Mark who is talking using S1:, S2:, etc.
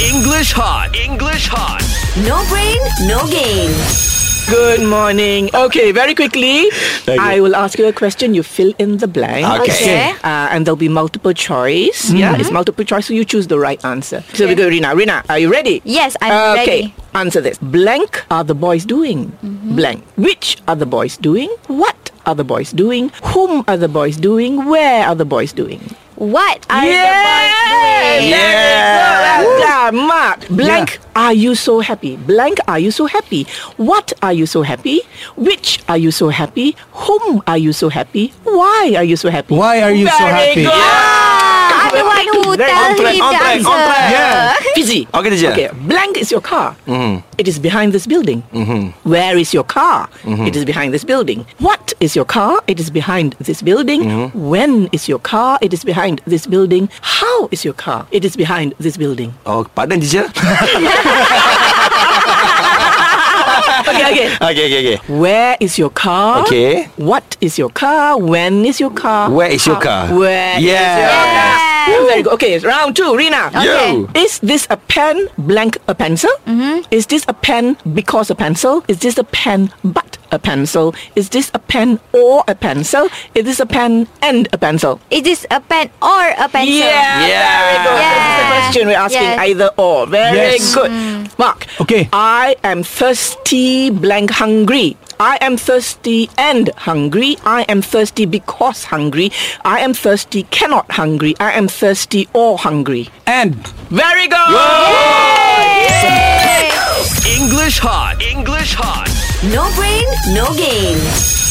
S1: English hot. English hot.
S2: No brain, no game.
S3: Good morning. Okay, very quickly,
S4: Thank you.
S3: I will ask you a question. You fill in the blank.
S4: Okay. Mm-hmm.
S2: Okay.
S3: Uh, and there'll be multiple choice. Yeah, it's multiple choice, so you choose the right answer. So we go, Rina. Rina, are you ready?
S2: Yes, I'm ready. Mm-hmm.
S3: Okay, answer this. Blank are the boys doing? Blank. Which are the boys doing? What are the boys doing? Whom are the boys doing? Where are the boys doing?
S2: What are
S3: Yeah!
S2: the boys doing?
S3: Yeah. Yeah, Mark. Blank, are you so happy? Blank, are you so happy? What are you so happy? Which are you so happy? Whom are you so happy? Why are you so happy?
S4: Why are you so happy?
S2: I'm the one who
S3: Very
S2: tells him
S3: on
S2: the
S4: track, on
S2: answer.
S4: track. Yeah.
S3: Fizzy.
S4: Okay, Mm-hmm. teacher.
S3: Okay, blank is your car. It is behind this building.
S4: Mm-hmm.
S3: Where is your car? It is behind this building. What is your car? It is behind this building.
S4: Mm-hmm.
S3: When is your car? It is behind this building. How is your car? It is behind this building.
S4: Oh, pardon, teacher.
S3: Okay, okay.
S4: okay, okay, okay.
S3: Where is your car?
S4: Okay.
S3: What is your car? When is your car?
S4: Where is your car?
S3: Where is
S4: Yeah.
S3: your car?
S2: Yeah.
S3: Woo, Very good. Okay, round two, Rina.
S2: Okay. Mm-hmm.
S4: Yo.
S3: Is this a pen blank a pencil? Is this a pen because a pencil? Is this a pen but a pencil? Is this a pen or a pencil? Is this a pen and a pencil?
S2: Is this a pen or a pencil?
S4: Yeah.
S3: very good. This is the
S2: Yeah.
S3: question we're asking.
S2: Yes. Mm-hmm.
S3: Either or. Very
S4: Yes.
S3: good. Mark.
S4: Okay.
S3: I am thirsty blank hungry. I am thirsty and hungry. I am thirsty because hungry. I am thirsty cannot hungry. I am thirsty or hungry.
S4: And
S3: Very good.
S1: English hot. English hot.
S2: No brain, no game.